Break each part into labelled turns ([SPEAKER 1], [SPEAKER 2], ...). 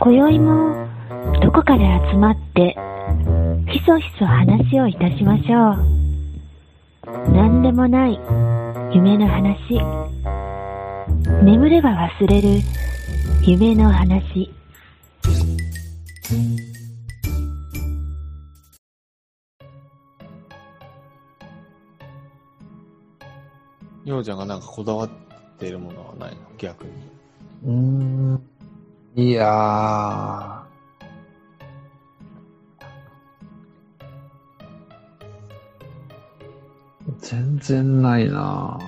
[SPEAKER 1] 今宵もどこかで集まってひそひそ話をいたしましょう何でもない夢の話眠れば忘れる夢の話
[SPEAKER 2] ようちゃんがなんかこだわっているものはないの逆に。
[SPEAKER 3] うーん。いやー。全然ないな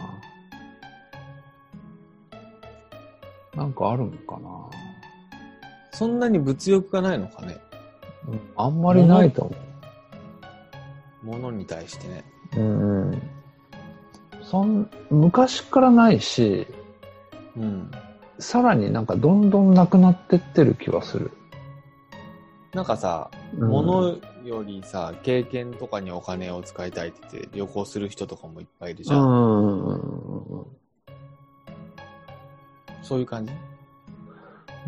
[SPEAKER 3] ぁなんかあるのかな
[SPEAKER 2] そんなに物欲がないのかね
[SPEAKER 3] ぁうんあんまりないと思
[SPEAKER 2] 物に対してね。
[SPEAKER 3] う。うんうん。そん、昔からないし、
[SPEAKER 2] うん。
[SPEAKER 3] さらになんかどんどんなくなってってる気はする。
[SPEAKER 2] なんかさ、
[SPEAKER 3] うん
[SPEAKER 2] 物よりさ、経験とかにお金を使いたいって言って旅行する人とかもいっぱいいるじゃん。
[SPEAKER 3] うん。
[SPEAKER 2] そういう感じ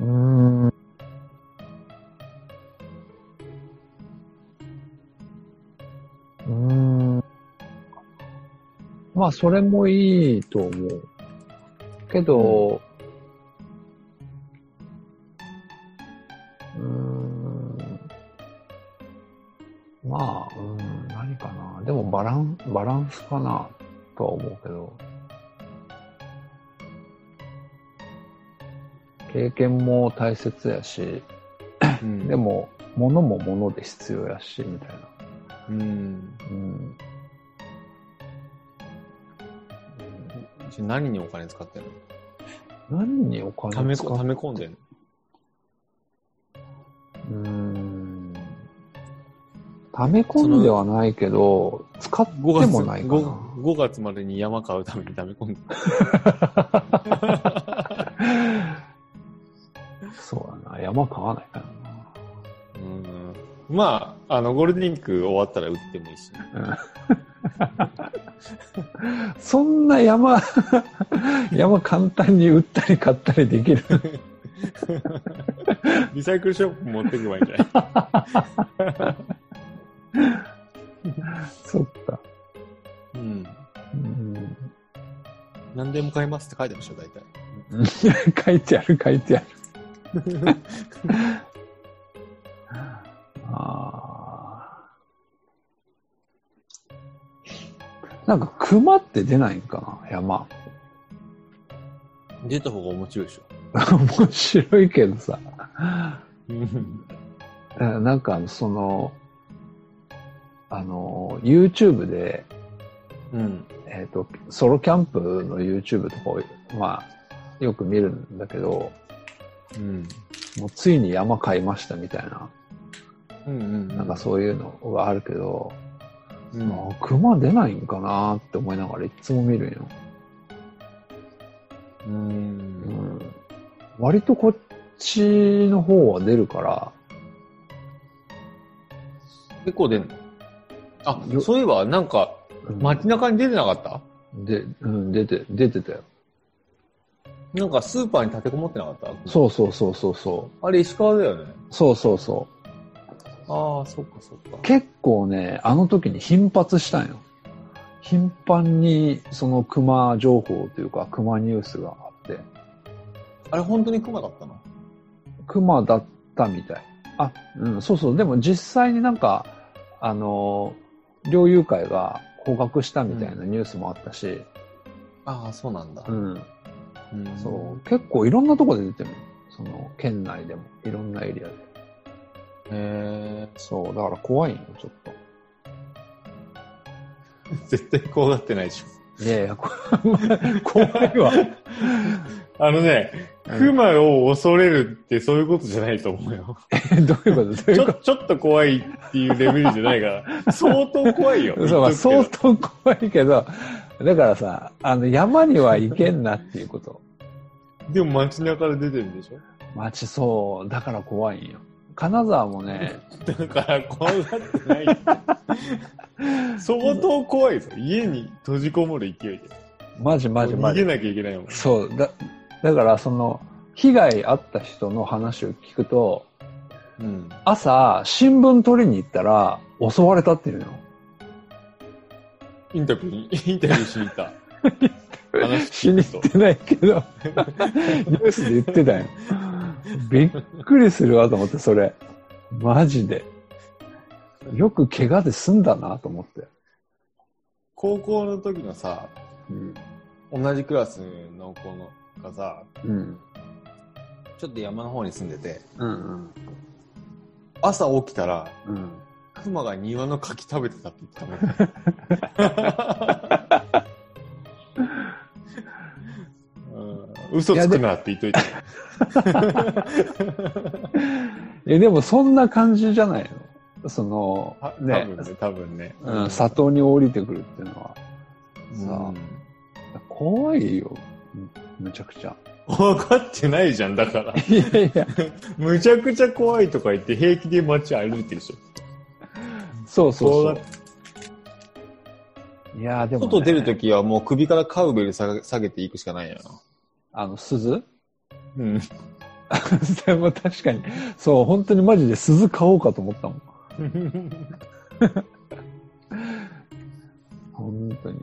[SPEAKER 3] うーんうーんまあ、それもいいと思う。けど、うーん、まあ、うん、何かな。でも、バラン、バランスかな、とは思うけど。経験も大切やし、
[SPEAKER 2] うん
[SPEAKER 3] で、も、物も物で必要やし、みたいな。
[SPEAKER 2] うん。
[SPEAKER 3] うん。
[SPEAKER 2] 何にお金使ってる
[SPEAKER 3] 何にお金
[SPEAKER 2] のため
[SPEAKER 3] 使
[SPEAKER 2] こ、
[SPEAKER 3] う
[SPEAKER 2] ため込んでんの
[SPEAKER 3] うーん。溜め込んではないけど、使って
[SPEAKER 2] 5月
[SPEAKER 3] もないかな。
[SPEAKER 2] 5 5月までに山買うためにため込んでる。
[SPEAKER 3] そうだな。山買わないからな。
[SPEAKER 2] うん。まあ、あの、ゴールデンウィーク終わったら売ってもいいしね、
[SPEAKER 3] そんな山、 山簡単に売ったり買ったりできる。
[SPEAKER 2] リサイクルショップ持ってけばいいんじゃ ない
[SPEAKER 3] そっか。
[SPEAKER 2] うん。
[SPEAKER 3] うん。
[SPEAKER 2] 何でも買いますって書いてましたよ、大体。
[SPEAKER 3] 書いてある、書いてある。 あーなんか、熊って出ないんかな山。
[SPEAKER 2] 出た方が面白いでしょ。
[SPEAKER 3] 面白いけどさ。
[SPEAKER 2] うん。
[SPEAKER 3] えーなんか、その、あの、YouTube で、
[SPEAKER 2] うん。
[SPEAKER 3] えっ、と、ソロキャンプの YouTube とかを、まあ、よく見るんだけど、
[SPEAKER 2] うん。
[SPEAKER 3] もうついに山買いましたみたいな、
[SPEAKER 2] うん。
[SPEAKER 3] なんかそういうのがあるけど、
[SPEAKER 2] う
[SPEAKER 3] ク
[SPEAKER 2] ん。
[SPEAKER 3] マ熊出ないんかなって思いながらいつも見るんよ。
[SPEAKER 2] う。
[SPEAKER 3] うんん。割とこっちの方は出るから、
[SPEAKER 2] 結構出んのあ
[SPEAKER 3] よ、
[SPEAKER 2] そういえば、なんか、
[SPEAKER 3] うん
[SPEAKER 2] 街中に出てなかった
[SPEAKER 3] で、うん、出て、出てたよ。
[SPEAKER 2] なんかスーパーに立てこもってなかった。
[SPEAKER 3] そうそうそうそうそう
[SPEAKER 2] あれ、石川だよね。
[SPEAKER 3] う。そうそうそ
[SPEAKER 2] ああ、そっかそっか
[SPEAKER 3] う。。結構ね、あの時に頻発したんよ。頻繁にその熊情報というか熊ニュースがあって、
[SPEAKER 2] あれ、本当に熊だったの
[SPEAKER 3] 熊だったみたい。あ、うん、そうそう。でも実際になんか、あの、猟友会が捕獲したみたいなニュースもあったし、
[SPEAKER 2] ああ、そうなんだ
[SPEAKER 3] う。ん、
[SPEAKER 2] うん
[SPEAKER 3] そう。結構いろんなとこで出てる。その、県内でも、いろんなエリア
[SPEAKER 2] う。
[SPEAKER 3] で。
[SPEAKER 2] へえ。
[SPEAKER 3] そう、だから怖いよ、ちょっ
[SPEAKER 2] 絶対怖がってないでしょ。
[SPEAKER 3] と。いやいや、こ 怖いわ。
[SPEAKER 2] あのね、熊を恐れるってそういうことじゃないと思うよ。
[SPEAKER 3] えどういうことどうい
[SPEAKER 2] ち
[SPEAKER 3] う
[SPEAKER 2] ょ
[SPEAKER 3] こ
[SPEAKER 2] ちょっと怖いっていうレベルじゃない から、相当怖いよ。
[SPEAKER 3] とそうまあ
[SPEAKER 2] 言
[SPEAKER 3] 相
[SPEAKER 2] っとく
[SPEAKER 3] 当怖いけど、だからさ、あの、山には行けんなっていうこと。
[SPEAKER 2] けどでも街中で出てるんでしょ
[SPEAKER 3] 街そう、だから怖いんよ。金沢もね、
[SPEAKER 2] だから怖がってない って。相当怖いぞ。家に閉じこもる勢いで。
[SPEAKER 3] マジマジマ
[SPEAKER 2] 逃げ
[SPEAKER 3] ジ。
[SPEAKER 2] なきゃいけないもん。
[SPEAKER 3] そう、だ、だからその、被害あった人の話を聞くと、
[SPEAKER 2] うん。
[SPEAKER 3] 朝、新聞取りに行ったら、襲われたっていうの。
[SPEAKER 2] インタビュー、インタビューしに行 った。話
[SPEAKER 3] 死に行ってないけど、ニュースで言ってたんよ。びっくりするわと思って、それ。マジで。よく怪我で済んだなと思って。
[SPEAKER 2] 高校の時のさ、
[SPEAKER 3] うん。
[SPEAKER 2] 同じクラスの子のがさ、
[SPEAKER 3] うん。
[SPEAKER 2] ちょっと山の方に住んでて、
[SPEAKER 3] うん。
[SPEAKER 2] 朝起きたら、
[SPEAKER 3] うん。
[SPEAKER 2] クマが庭の柿食べてたって言ってたもん。うん、嘘つくなって言っといて。
[SPEAKER 3] え、でもそんな感じじゃないのその
[SPEAKER 2] あ、多
[SPEAKER 3] ね
[SPEAKER 2] 分、ね、多分ね。
[SPEAKER 3] うん、里に降りてくるっていうのは。
[SPEAKER 2] さ
[SPEAKER 3] さ怖いよ。うんむちゃくちゃ。
[SPEAKER 2] 分かってないじゃん、だから。
[SPEAKER 3] いやいや、
[SPEAKER 2] むちゃくちゃ怖いとか言って平気で街歩いてるでしょ。
[SPEAKER 3] そうそう
[SPEAKER 2] こ
[SPEAKER 3] そう。いやーでも、ね、
[SPEAKER 2] 外出るときはもう首からカウベル下げ下げていくしかないよ
[SPEAKER 3] あの、鈴
[SPEAKER 2] な。うん。
[SPEAKER 3] でも 確かに、そう、本当にマジで鈴買おうかと思ったもん。本当に。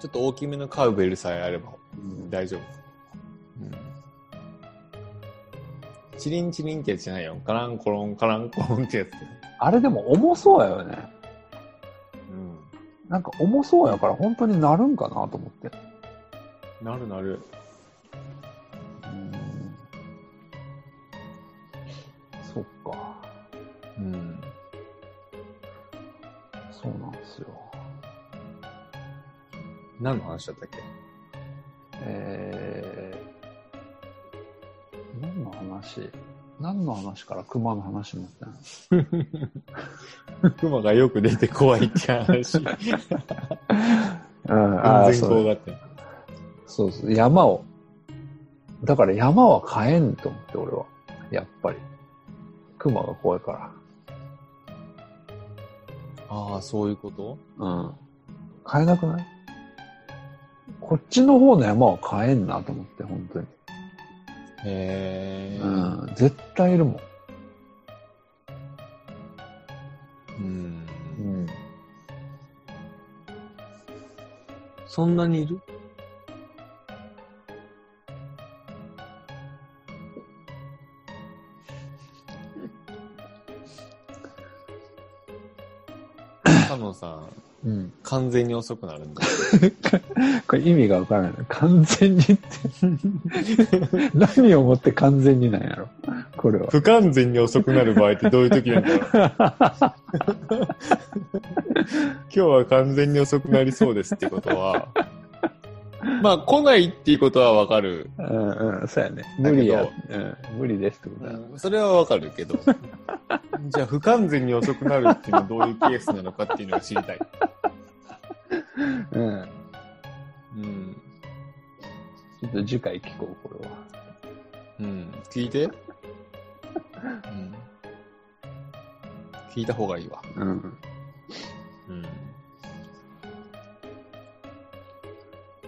[SPEAKER 2] ちょっと大きめのカウベルさえあれば
[SPEAKER 3] うん
[SPEAKER 2] 大丈夫。チリンチリンってやつじゃないよ。カランコロン、カランコロンってやつ。
[SPEAKER 3] あれでも重そうやよね。
[SPEAKER 2] うん。
[SPEAKER 3] なんか重そうやから本当になるんかなと思って。
[SPEAKER 2] なるなる。
[SPEAKER 3] うんそっか。
[SPEAKER 2] うん。
[SPEAKER 3] そうなんですよ。
[SPEAKER 2] 何の話だったっけ
[SPEAKER 3] えー、何の話何の話から熊の話になったの
[SPEAKER 2] クマがよく出て怖いって 話。
[SPEAKER 3] うん、
[SPEAKER 2] 完
[SPEAKER 3] ー
[SPEAKER 2] 全怖がって。
[SPEAKER 3] そうそう、山を。だから山は買えんと思って、俺は。やっぱり。熊が怖いか
[SPEAKER 2] ああ、そういうこと
[SPEAKER 3] ら。うん。買えなくないこっちの方の山は買えんなと思って、本当に。
[SPEAKER 2] へえ。
[SPEAKER 3] うん。絶対いるも
[SPEAKER 2] うん。
[SPEAKER 3] ん。うん。
[SPEAKER 2] そんなにいる カノンさん、
[SPEAKER 3] うん。
[SPEAKER 2] 完全に遅くなるんだ。
[SPEAKER 3] これ意味がわからない。完全に って。何をもって完全になんやろ。これは。
[SPEAKER 2] 不完全に遅くなる場合ってどういう時なんだろ う今日は完全に遅くなりそうですってことは、まあ来ないっていうことはわかる。
[SPEAKER 3] うんうん、そうやね。
[SPEAKER 2] だけど
[SPEAKER 3] 無理や。うん。無理ですってことだ。
[SPEAKER 2] それはわかるけど、じゃあ不完全に遅くなるっていうのはどういうケースなのかっていうのを知りたい。
[SPEAKER 3] うん。
[SPEAKER 2] うん。
[SPEAKER 3] ちょっと次回聞こう、これは。
[SPEAKER 2] うん。聞いて。うん。聞いた方がいいわ。
[SPEAKER 3] うん。
[SPEAKER 2] うん。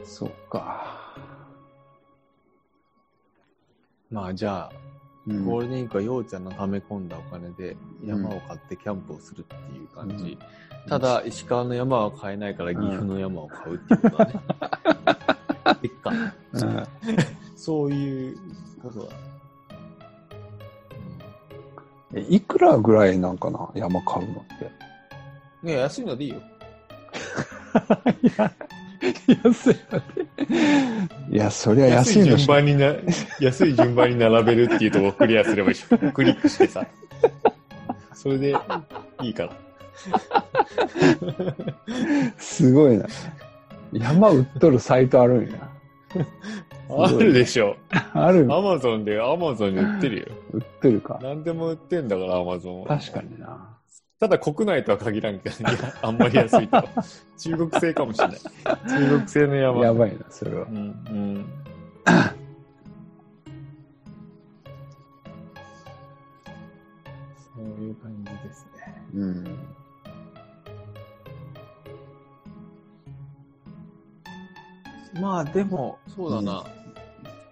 [SPEAKER 3] そうか。
[SPEAKER 2] まあじゃあ、
[SPEAKER 3] うん
[SPEAKER 2] ゴールデンウィークはようちゃんの溜め込んだお金で山を買ってキャンプをするっていう感じ。ただ、石川の山は買えないから岐阜の山を買うっていうの はね。でっか。
[SPEAKER 3] うん
[SPEAKER 2] そういうことだ。
[SPEAKER 3] えいくらぐらいなんかな山買うのって。
[SPEAKER 2] うんいや、安いのでいいよ。
[SPEAKER 3] いや、安い。いや、そりゃ安いのし。
[SPEAKER 2] にな、安い順番に並べるっていうとこをクリアすればいいし、クリックしてさ。それで、いいから。
[SPEAKER 3] すごいな。山売っとるサイトあるんや。
[SPEAKER 2] あるでしょ。
[SPEAKER 3] ある
[SPEAKER 2] アマゾンで、アマゾンで売ってるよ。
[SPEAKER 3] 売っとるか。
[SPEAKER 2] 何でも売ってんだから、アマゾンは。
[SPEAKER 3] 確かにな。
[SPEAKER 2] ただ国内とは限らんけど、いやあんまり安い とは。中国製かもしれない。中国製の山。
[SPEAKER 3] やばいな、それは
[SPEAKER 2] う。ん、うん。そういう感じですね。
[SPEAKER 3] うん。
[SPEAKER 2] まあでも、そうだな。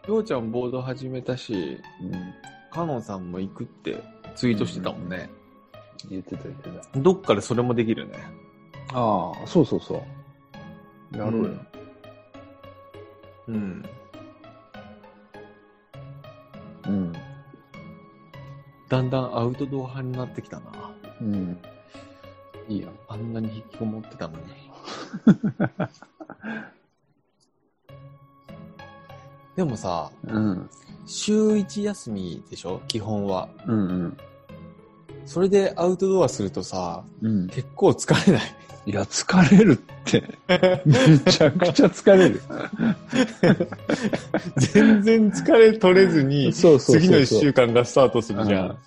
[SPEAKER 2] りょうちゃんボード始めたし、
[SPEAKER 3] うん。
[SPEAKER 2] かのんさんも行くってツイートしてたもんね。
[SPEAKER 3] 言ってた言ってた。
[SPEAKER 2] どっかでそれもできるね。
[SPEAKER 3] ああ、そうそうそう。やろうよ。
[SPEAKER 2] うん。
[SPEAKER 3] うん。
[SPEAKER 2] だんだんアウトドア派になってきたな。
[SPEAKER 3] うん。いいよ。
[SPEAKER 2] あんなに引きこもって たのに。でもさ、
[SPEAKER 3] うん。
[SPEAKER 2] 週1休みでしょ基本は。
[SPEAKER 3] うんうん。
[SPEAKER 2] それでアウトドアするとさ、
[SPEAKER 3] うん。
[SPEAKER 2] 結構疲れ ない。
[SPEAKER 3] いや、疲れるって。 めちゃくちゃ疲れる。
[SPEAKER 2] 全然疲れ取れずに、
[SPEAKER 3] そうそうそうそう
[SPEAKER 2] 次の1週間がスタートするじゃ
[SPEAKER 3] うん
[SPEAKER 2] ん。結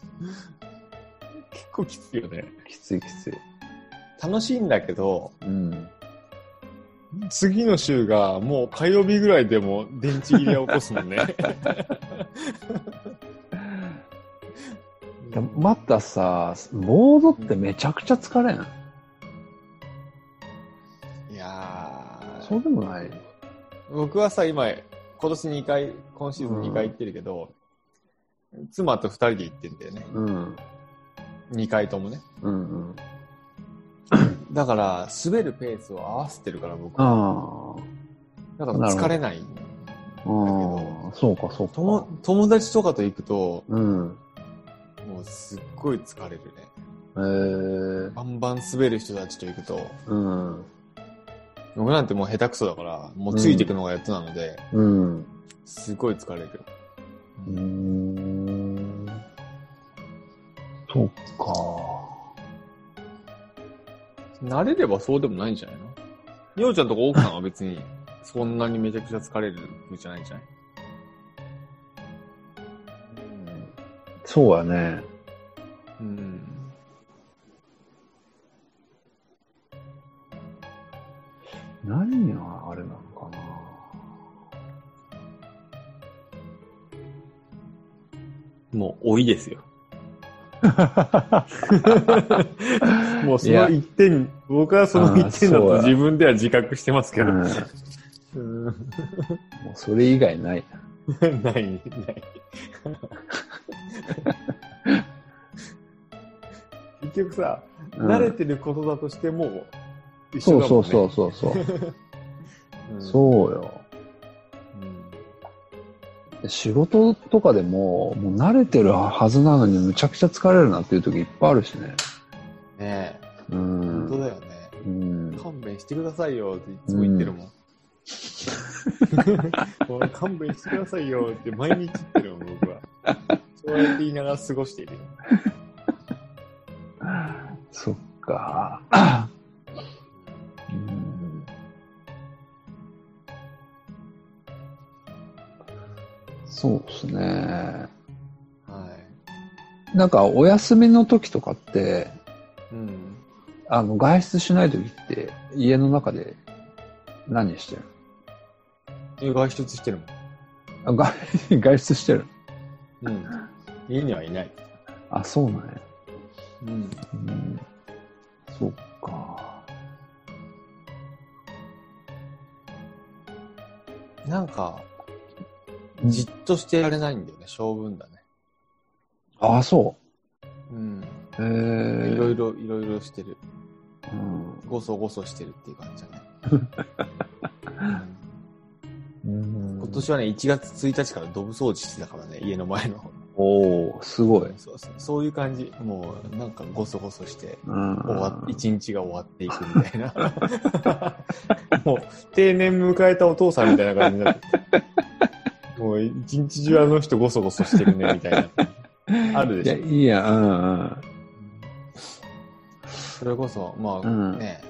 [SPEAKER 2] 構きついよね。
[SPEAKER 3] きついきつい。
[SPEAKER 2] 楽しいんだけど、
[SPEAKER 3] うん。
[SPEAKER 2] 次の週がもう火曜日ぐらいでも電池切れを起こすもんね。
[SPEAKER 3] でもまたさ、ボードってめちゃくちゃ疲れん。
[SPEAKER 2] いやー
[SPEAKER 3] そうでもない。
[SPEAKER 2] 僕はさ、今、今年2回、今シーズン2回行ってるけど、妻と2人で行ってんだよね。
[SPEAKER 3] うん。
[SPEAKER 2] 2回ともね。
[SPEAKER 3] うんうん。
[SPEAKER 2] だから、滑るペースを合わせてるから、僕は。だ
[SPEAKER 3] あ
[SPEAKER 2] から疲れない。
[SPEAKER 3] あ。うん。そうか、そう
[SPEAKER 2] 友
[SPEAKER 3] か。
[SPEAKER 2] 友達とかと行くと、
[SPEAKER 3] うん。
[SPEAKER 2] もうすっごい疲れるね。
[SPEAKER 3] えー、
[SPEAKER 2] バンバン滑る人たちと行くと、
[SPEAKER 3] うん。
[SPEAKER 2] 僕なんてもう下手くそだから、もうついていくのがやっとなので、
[SPEAKER 3] うん。う
[SPEAKER 2] すごい疲れる。
[SPEAKER 3] ーん。そっか。
[SPEAKER 2] 慣れればそうでもないんじゃないのようちゃんとか奥さんは別に、そんなにめちゃくちゃ疲れるじゃないんじゃない
[SPEAKER 3] そうやね。
[SPEAKER 2] うん。
[SPEAKER 3] 何があれなのかな。
[SPEAKER 2] もう、老いですよ。もうそ
[SPEAKER 3] いや
[SPEAKER 2] の一点、僕はその一点だ
[SPEAKER 3] あーそう
[SPEAKER 2] と
[SPEAKER 3] だ
[SPEAKER 2] 自分では自覚してますけど。
[SPEAKER 3] うん、も
[SPEAKER 2] うん
[SPEAKER 3] うそれ以外ない。
[SPEAKER 2] ない、 ない。結局さ、
[SPEAKER 3] うん
[SPEAKER 2] 慣れてることだとしても、一
[SPEAKER 3] そ
[SPEAKER 2] 緒
[SPEAKER 3] う
[SPEAKER 2] だも
[SPEAKER 3] そ
[SPEAKER 2] ん
[SPEAKER 3] う
[SPEAKER 2] ね。
[SPEAKER 3] そうそうそう。
[SPEAKER 2] うん
[SPEAKER 3] そうよ。
[SPEAKER 2] うん
[SPEAKER 3] 仕事とかでも、もう慣れてるはずなのにむちゃくちゃ疲れるなっていう時いっぱいあるしね。
[SPEAKER 2] ねえ、
[SPEAKER 3] う
[SPEAKER 2] 本当
[SPEAKER 3] ん。
[SPEAKER 2] だよね。
[SPEAKER 3] うん、
[SPEAKER 2] 勘弁してくださいよっていつも言ってる もん。俺勘弁してくださいよって毎日言ってるもん、僕は。そうやって言いながら過ごしているよ。
[SPEAKER 3] そっか。うんそうですね。
[SPEAKER 2] は
[SPEAKER 3] なんかお休みの時とかって、
[SPEAKER 2] い。うん。
[SPEAKER 3] あの外出しない時って家の中で何してる
[SPEAKER 2] 外出してるも
[SPEAKER 3] あ外外出してる
[SPEAKER 2] ん。うん。家にはいない。
[SPEAKER 3] あ、そうなんや。
[SPEAKER 2] うん。
[SPEAKER 3] うんそっか。
[SPEAKER 2] なんか、
[SPEAKER 3] うん
[SPEAKER 2] じっとしてられないんだよね、性分だね。
[SPEAKER 3] あ、そ
[SPEAKER 2] うん。
[SPEAKER 3] う。へえ。
[SPEAKER 2] いろいろ、いろいろしてる。
[SPEAKER 3] うん
[SPEAKER 2] ごそごそしてるっていう感じだ ね。うん
[SPEAKER 3] うん
[SPEAKER 2] 今年はね、1月1日からドブ掃除してたからね、家の前の。
[SPEAKER 3] おおすごい。
[SPEAKER 2] そうそうそういう感じ。もう、なんかごそごそして、
[SPEAKER 3] うん。
[SPEAKER 2] 終わっ、一日が終わっていくみたいな。 もう、定年迎えたお父さんみたいな感じになってて。もう、一日中あの人ごそごそしてるね、みたいな。ある
[SPEAKER 3] いや、
[SPEAKER 2] でしょ。
[SPEAKER 3] いいや、うんうん。
[SPEAKER 2] それこそ、まあ、
[SPEAKER 3] うん
[SPEAKER 2] ね、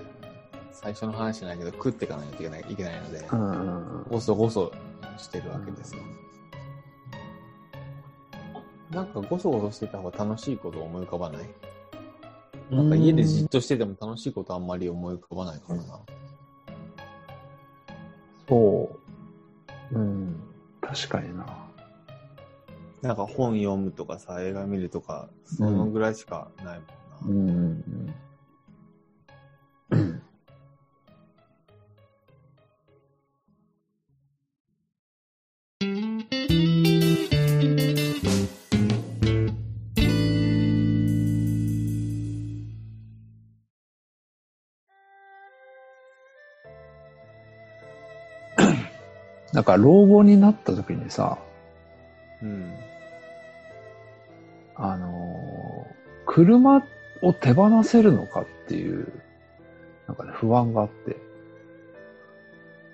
[SPEAKER 2] 最初の話じゃないけど、食っていかないといけないいけないので
[SPEAKER 3] う、んうん
[SPEAKER 2] ごそごそしてるわけですよ。なんかごそごそしてた方が楽しいこと思い浮かばないなんか家でじっとしてても楽しいことあんまり思い浮かばないからな。
[SPEAKER 3] そう。うん。確かにな。
[SPEAKER 2] なんか本読むとかさ、映画見るとか、そのぐらいしかないもん
[SPEAKER 3] う
[SPEAKER 2] な。
[SPEAKER 3] んうんうん。なんか老後になった時にさ、
[SPEAKER 2] うん。
[SPEAKER 3] あのー車を手放せるのかっていう、なんかね、不安があって、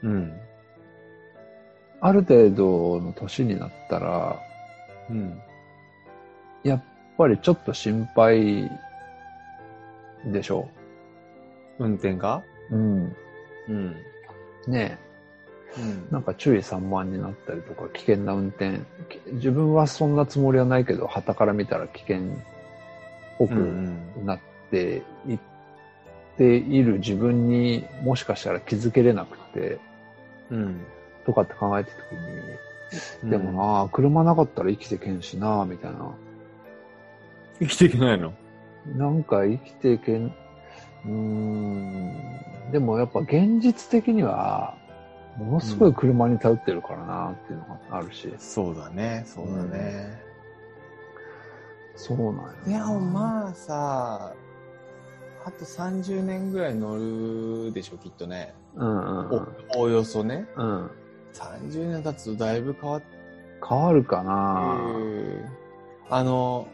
[SPEAKER 2] うん。
[SPEAKER 3] ある程度の年になったら、
[SPEAKER 2] うん。
[SPEAKER 3] やっぱりちょっと心配でしょ
[SPEAKER 2] 運転が
[SPEAKER 3] う。うん。
[SPEAKER 2] うん。
[SPEAKER 3] ね
[SPEAKER 2] うん
[SPEAKER 3] え、なんか注意散漫になったりとか、危険な運転、き自分はそんなつもりはないけど、傍から見たら危険っぽく
[SPEAKER 2] うん。
[SPEAKER 3] なっていっている自分にもしかしたら気づけれなくて、
[SPEAKER 2] うん。
[SPEAKER 3] とかって考えた時に、
[SPEAKER 2] うん
[SPEAKER 3] でも、なあ、車なかったら生きてけんしなあ、みたいな。
[SPEAKER 2] 生きていけないの
[SPEAKER 3] なんか生きていけん、うーん、でもやっぱ現実的には、ものすごい車に頼ってるからなっていうのがあるし、
[SPEAKER 2] そうだね、そうだね。
[SPEAKER 3] そうなんよ
[SPEAKER 2] いや、まあさ、あと30年ぐらい乗るでしょ、きっとね。
[SPEAKER 3] うんうん
[SPEAKER 2] おおよそね。
[SPEAKER 3] うん。うん。
[SPEAKER 2] 30年経つとだいぶ変わって
[SPEAKER 3] 変わるかな
[SPEAKER 2] あの、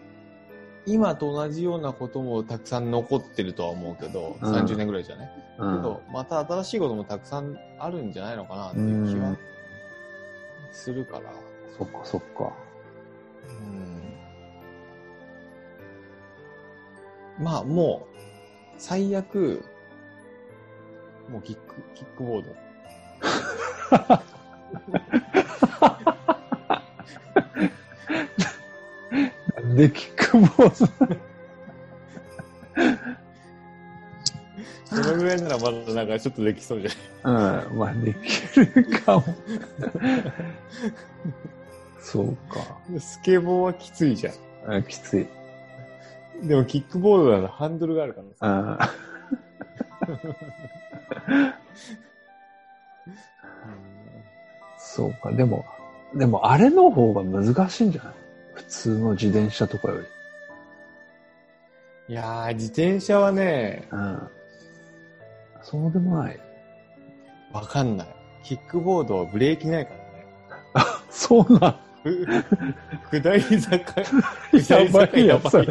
[SPEAKER 2] 今と同じようなこともたくさん残ってるとは思うけど、
[SPEAKER 3] うん
[SPEAKER 2] 30年ぐらいじゃね。
[SPEAKER 3] う
[SPEAKER 2] け
[SPEAKER 3] ん。
[SPEAKER 2] ど、また新しいこともたくさんあるんじゃないのかなっていう気
[SPEAKER 3] う
[SPEAKER 2] は
[SPEAKER 3] ん
[SPEAKER 2] するから。
[SPEAKER 3] そっかそっか。
[SPEAKER 2] うんまあ、もう、最悪、もうキック、キックボー ド。
[SPEAKER 3] なんでキックボード
[SPEAKER 2] そのぐらいならまだなんかちょっとできそうじゃない
[SPEAKER 3] うん、まあできるか も。そうか。
[SPEAKER 2] スケボーはきついじゃ
[SPEAKER 3] あきつい。
[SPEAKER 2] ん。でもキックボードならハンドルがあるからさ。
[SPEAKER 3] あそうか。でも、でもあれの方が難しいんじゃない普通の自転車とかより。
[SPEAKER 2] いやー、自転車はね、
[SPEAKER 3] うん。そうでも ない。
[SPEAKER 2] わかんない。キックボードはブレーキないからね。
[SPEAKER 3] そうなん。
[SPEAKER 2] ふ 下り坂、下
[SPEAKER 3] や
[SPEAKER 2] り
[SPEAKER 3] ば
[SPEAKER 2] 坂
[SPEAKER 3] い
[SPEAKER 2] や
[SPEAKER 3] やば
[SPEAKER 2] ば
[SPEAKER 3] い
[SPEAKER 2] い。。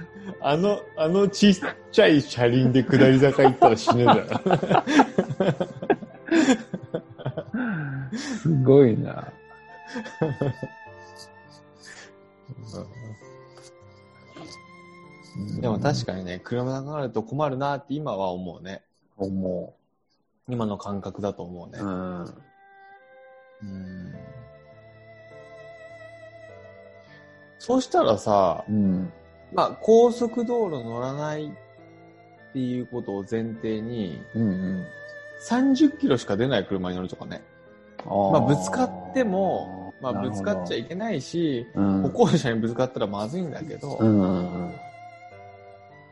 [SPEAKER 2] あの、あのちっちゃい車輪で下り坂行ったら死ぬだろ。
[SPEAKER 3] すごいな。
[SPEAKER 2] でも確
[SPEAKER 3] か
[SPEAKER 2] かにね、車なくなると困るなって今は思うね。
[SPEAKER 3] に。思
[SPEAKER 2] 今の感覚だと思うね
[SPEAKER 3] う。。うん。
[SPEAKER 2] うんそうしたらさ、
[SPEAKER 3] うん。
[SPEAKER 2] まあ、高速道路乗らないっていうことを前提に、
[SPEAKER 3] うんうん。
[SPEAKER 2] 30キロしか出ない車に乗るとかね。ま
[SPEAKER 3] ま
[SPEAKER 2] あ、ぶつかっても、まあ、ぶつかっちゃ
[SPEAKER 3] い
[SPEAKER 2] いけないし、
[SPEAKER 3] けない
[SPEAKER 2] 歩行者にぶつかったらまずいんだけど、
[SPEAKER 3] うんうんうん。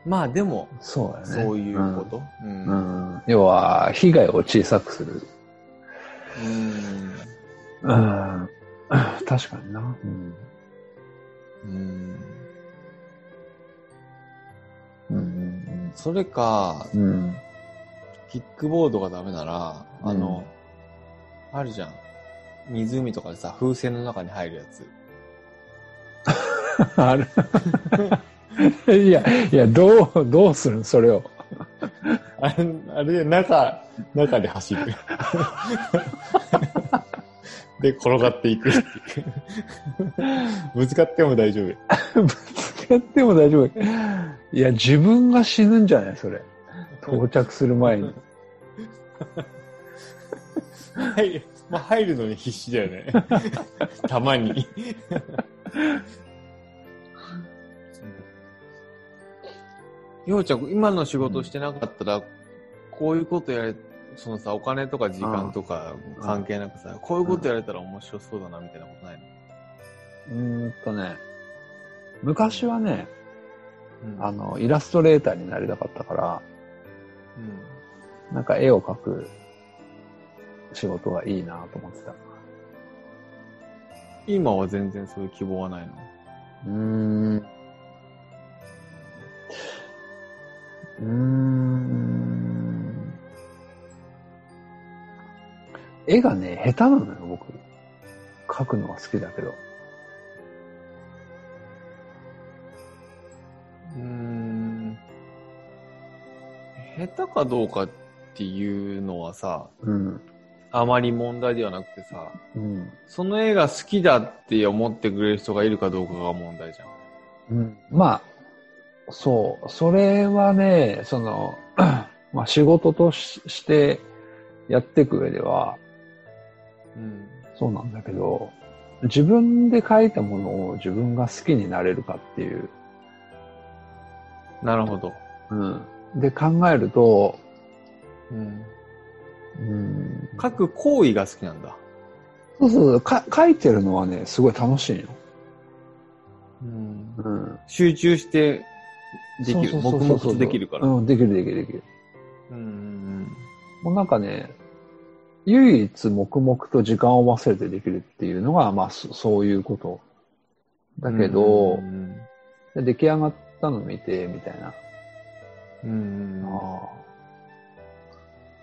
[SPEAKER 2] まあ、でも、
[SPEAKER 3] そうだね。
[SPEAKER 2] そういうこと。うん
[SPEAKER 3] うん。うん。要は、被害を小さくする。
[SPEAKER 2] うん
[SPEAKER 3] うん。確かにな。うん。
[SPEAKER 2] うん
[SPEAKER 3] うんうん
[SPEAKER 2] それか、
[SPEAKER 3] うん。うん。
[SPEAKER 2] キックボードがダメなら、あの、あるじゃん。湖とかでさ、風船の中に入るやつ。
[SPEAKER 3] あれ いや、いや、どう、どうするのそれを。
[SPEAKER 2] あ れ、あれで中、中で走る。 で、転がっていく っていう。ぶつかっても大丈夫。
[SPEAKER 3] ぶつかっても大丈夫。いや、自分が死ぬんじゃないそれ。到着する前に。
[SPEAKER 2] はい。まあ、入るのに必死だよね。 たま に。ようちゃん、今の仕事してなかったら、こういうことやれ、そのさ、お金とか時間とか関係なくさ、こういうことやれたら面白そうだな、みたいなことないの、
[SPEAKER 3] うーんとね、昔はね、
[SPEAKER 2] うん
[SPEAKER 3] あ、の、イラストレーターになりたかったから、なんか絵を描く仕事がいいなと思ってた。
[SPEAKER 2] うん今は全然そういう希望はないの。
[SPEAKER 3] うーん。うーん。絵がね、下手なのよ、僕。描くのは好きだけど。
[SPEAKER 2] うーん。下手かどうかっていうのはさ、
[SPEAKER 3] うん。
[SPEAKER 2] あまり問題ではなくてさ、
[SPEAKER 3] うん。
[SPEAKER 2] その絵が好きだって思ってくれる人がいるかどうかが問題じゃん。
[SPEAKER 3] うん、まあ、そう、それはね、その、 まあ仕事とししてやっていく上では、
[SPEAKER 2] うん。
[SPEAKER 3] そうなんだけど、自分で書いたものを自分が好きになれるかっていう、
[SPEAKER 2] なるほど。
[SPEAKER 3] うん。で考えると、
[SPEAKER 2] うん。
[SPEAKER 3] うん、
[SPEAKER 2] 書く行為が好きなんだ。
[SPEAKER 3] そうそうそうか、書いてるのはね、すごい楽しいよ。
[SPEAKER 2] うん。
[SPEAKER 3] うん。
[SPEAKER 2] 集中してでき
[SPEAKER 3] そ
[SPEAKER 2] る。
[SPEAKER 3] うそうそう
[SPEAKER 2] 黙
[SPEAKER 3] そう
[SPEAKER 2] 々とできるから。
[SPEAKER 3] うん、できるできるできる。
[SPEAKER 2] うん。
[SPEAKER 3] もうなんかね、唯一黙々と時間を忘れてできるっていうのが、まあそそういうこと。だけど
[SPEAKER 2] う、ん。
[SPEAKER 3] で出来上がったの見て、みたいな。
[SPEAKER 2] うん。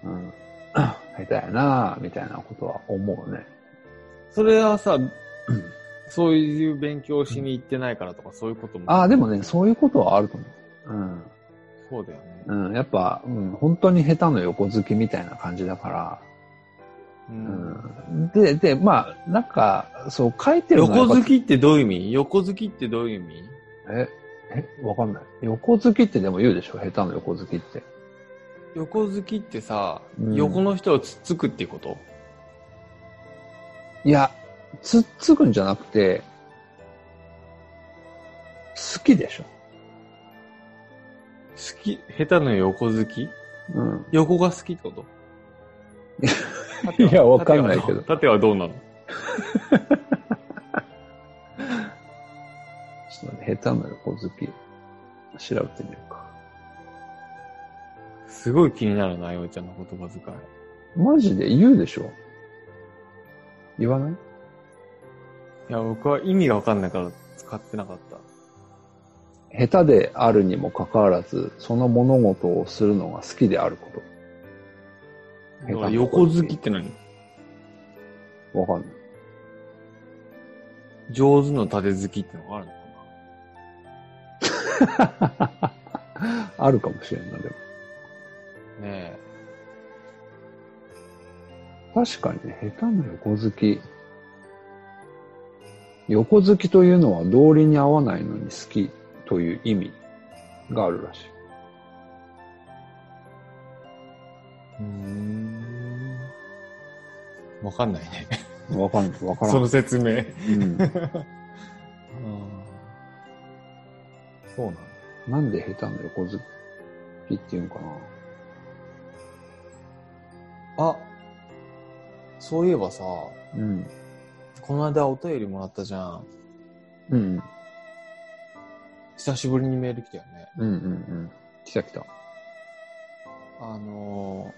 [SPEAKER 3] ああ。うん。 下手やな、みたいなことは思うね。
[SPEAKER 2] それはさ、 そういう勉強をしに行ってないからとか、そういうことも。
[SPEAKER 3] ああ、でもね、そういうことはあると思う。
[SPEAKER 2] そうだよね。
[SPEAKER 3] うん。うん。やっぱ、うん、本当に下手の横好きみたいな感じだから。
[SPEAKER 2] う。
[SPEAKER 3] うんん。で、で、まあ、なんか、そう、書いてるのはや
[SPEAKER 2] 横
[SPEAKER 3] っぱ
[SPEAKER 2] 好きってどういう意味横好きってどういう意味
[SPEAKER 3] え、え、わかんない。横好きってでも言うでしょ下手の横好きって。
[SPEAKER 2] 横好きってさ、
[SPEAKER 3] うん
[SPEAKER 2] 横の人をつっつくってこと
[SPEAKER 3] いや、つっつくんじゃなくて、好きでしょ
[SPEAKER 2] 好き、下手の横好き
[SPEAKER 3] うん。
[SPEAKER 2] 横が好きってこと
[SPEAKER 3] いや、わかんないけど。
[SPEAKER 2] 縦はどうなの
[SPEAKER 3] ちょっとね、下手な横好き、調べてみるか。
[SPEAKER 2] すごい気になるな、ようちゃんの言葉遣い。
[SPEAKER 3] マジで言うでしょ言わない
[SPEAKER 2] いや、僕は意味がわかんないから使ってなかった。
[SPEAKER 3] 下手であるにもかかわらず、その物事をするのが好きであるこ
[SPEAKER 2] だ
[SPEAKER 3] 手な
[SPEAKER 2] から横好きって何
[SPEAKER 3] と。わかんない。
[SPEAKER 2] 上手の縦好きってのがあるのか
[SPEAKER 3] あるかもしれんない。でも
[SPEAKER 2] なね
[SPEAKER 3] 確かにね、下手な横好き。横好きというのは道理に合わないのに好きという意味があるらしい。
[SPEAKER 2] え。うーん。わかんないね。
[SPEAKER 3] わかんない。わから
[SPEAKER 2] そ
[SPEAKER 3] ん
[SPEAKER 2] の。説明。
[SPEAKER 3] うん
[SPEAKER 2] そうなの
[SPEAKER 3] なんで下手な横好きっていうのかな。
[SPEAKER 2] あ、そういえばさ、
[SPEAKER 3] うん。
[SPEAKER 2] この間お便りもらったじゃん。
[SPEAKER 3] うん。
[SPEAKER 2] 久しぶりにメール来たよね。
[SPEAKER 3] うんうんうん。来た来た。
[SPEAKER 2] あの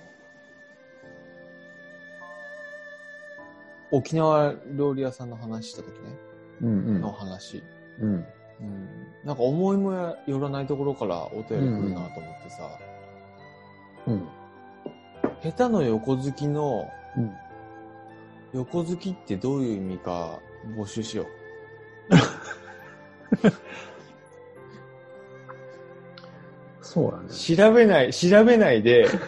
[SPEAKER 2] ー、沖縄料理屋さんの話した時ね、
[SPEAKER 3] うんうん
[SPEAKER 2] の。話。
[SPEAKER 3] うん。
[SPEAKER 2] うん。なんか思いもよらないところからお便り来るなと思ってさ、
[SPEAKER 3] うん。
[SPEAKER 2] 下手の横好きの
[SPEAKER 3] うん。
[SPEAKER 2] 横好きってどういう意味か募集しよう。
[SPEAKER 3] そうだね。
[SPEAKER 2] 調べない、調べない で、調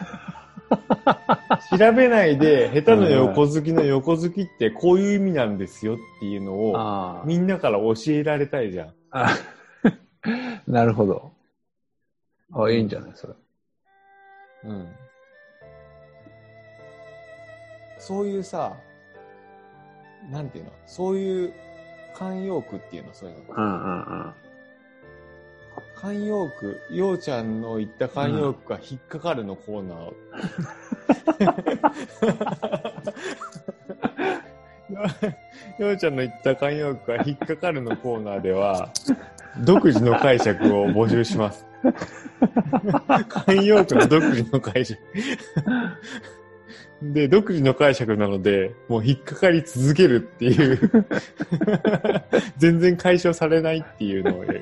[SPEAKER 2] べないで、下手の横好きの横好きってこういう意味なんですよっていうのを、
[SPEAKER 3] あ
[SPEAKER 2] みんなから教えられたいじゃん。
[SPEAKER 3] あ。 なるほど。あ、いいんじゃないそれ。
[SPEAKER 2] うん。そういうさ、なんていうのそういう慣用句っていうのそういうの。
[SPEAKER 3] んうんうん。
[SPEAKER 2] 慣用句、ようちゃんの言った慣用句が引っかかるのコーナー。 ようちゃんの言った慣用句が引っかかるのコーナーでは、独自の解釈を募集します。慣用句の独自の解釈。で、独自の解釈なので、もう引っかかり続けるっていう、全然解消されないっていうのをや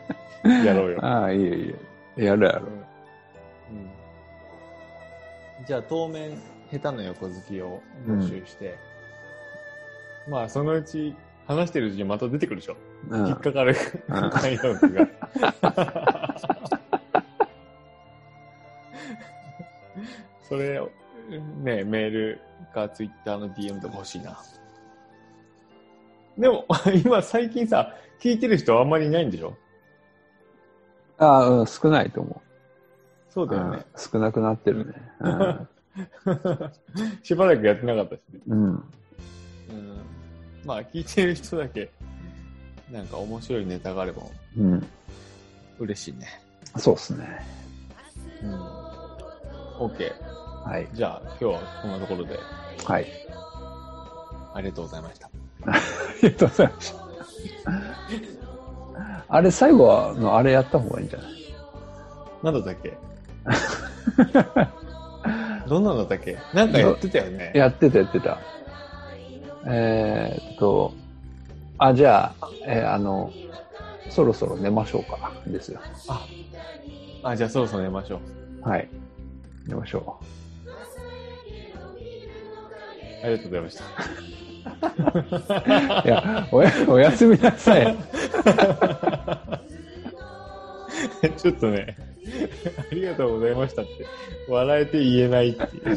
[SPEAKER 2] やろうよ。
[SPEAKER 3] ああ、いいよいいよ。やるやろ。
[SPEAKER 2] じゃあ当面、下手な横好きを募集して、まあ、そのうち、話してるうちにまた出てくるでしょ。
[SPEAKER 3] うん
[SPEAKER 2] 引っかかる
[SPEAKER 3] うん
[SPEAKER 2] 慣用句が。 それを、ね、メールかツイッターの DM とか欲しいな。でも、 今最近さ、聞いてる人あんまりいないんでしょ
[SPEAKER 3] ああ、うん、少ないと思
[SPEAKER 2] そう
[SPEAKER 3] う、
[SPEAKER 2] だよ
[SPEAKER 3] うん
[SPEAKER 2] ね。。
[SPEAKER 3] 少なくなってるね。
[SPEAKER 2] しばらくやってなかったしね。
[SPEAKER 3] うん。うん
[SPEAKER 2] うん、まあ、聞いてる人だけ、なんか面白いネタがあれば
[SPEAKER 3] うん、
[SPEAKER 2] 嬉しいね。
[SPEAKER 3] そうですね。
[SPEAKER 2] うん。OK。
[SPEAKER 3] はい。
[SPEAKER 2] じゃあ、今日はこんなところで。
[SPEAKER 3] はい。
[SPEAKER 2] ありがとうございました。
[SPEAKER 3] ありがとうございました。あれ、最後はのあれやった方がいいんじゃない
[SPEAKER 2] なんだったっけどんなのだったっけなんかやってたよね。
[SPEAKER 3] やってた、やってた。えーっと、あ、じゃあ、えーあの、そろそろ寝ましょうか。ですよ。
[SPEAKER 2] あ、あ、じゃあそろそろ寝ましょう。
[SPEAKER 3] はい。寝ましょ
[SPEAKER 2] ありがとうございました。
[SPEAKER 3] う。いや、おや、おやすみなさ い。
[SPEAKER 2] ちょっとね、ありがとうございましたって、笑えて言えないって いう。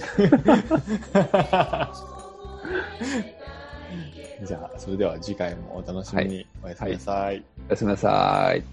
[SPEAKER 2] じゃあ、それでは次回もお楽しみに。おやすみなさい
[SPEAKER 3] おやすみなさい。